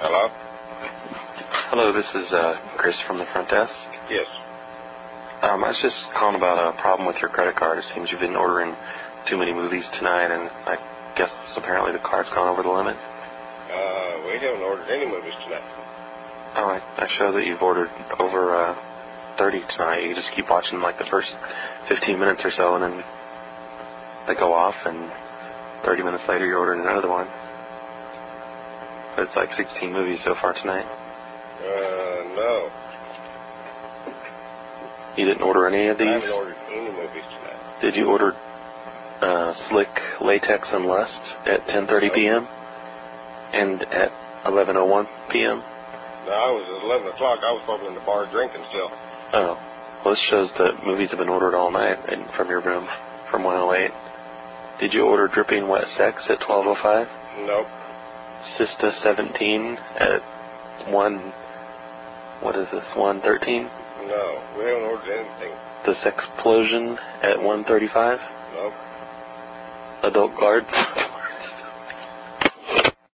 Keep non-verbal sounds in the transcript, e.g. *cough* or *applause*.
Hello? Hello, this is uh, Chris from the front desk. Yes. Um, I was just calling about a problem with your credit card. It seems you've been ordering too many movies tonight, and I guess apparently the card's gone over the limit. Uh, we haven't ordered any movies tonight. Oh, I, I show that you've ordered over uh, 30 tonight. You just keep watching like the first 15 minutes or so, and then they go off, and 30 minutes later you're ordering another one. But it's like 16 movies so far tonight. Uh, no. You didn't order any of I these? haven't ordered any movies tonight. Did you order uh, Slick Latex and Lust at 10:30 p.m. and at 11:01 p.m.? No, I was at 11 o'clock. I was probably in the bar drinking still. Oh, well, this shows that movies have been ordered all night and from your room from 108. Did you order Dripping Wet Sex at 12:05? Nope. Sista 17 at 1. What is this? 1:13? No. We haven't ordered anything. The Sexplosion at 1:35? Nope. Adult Guards *laughs*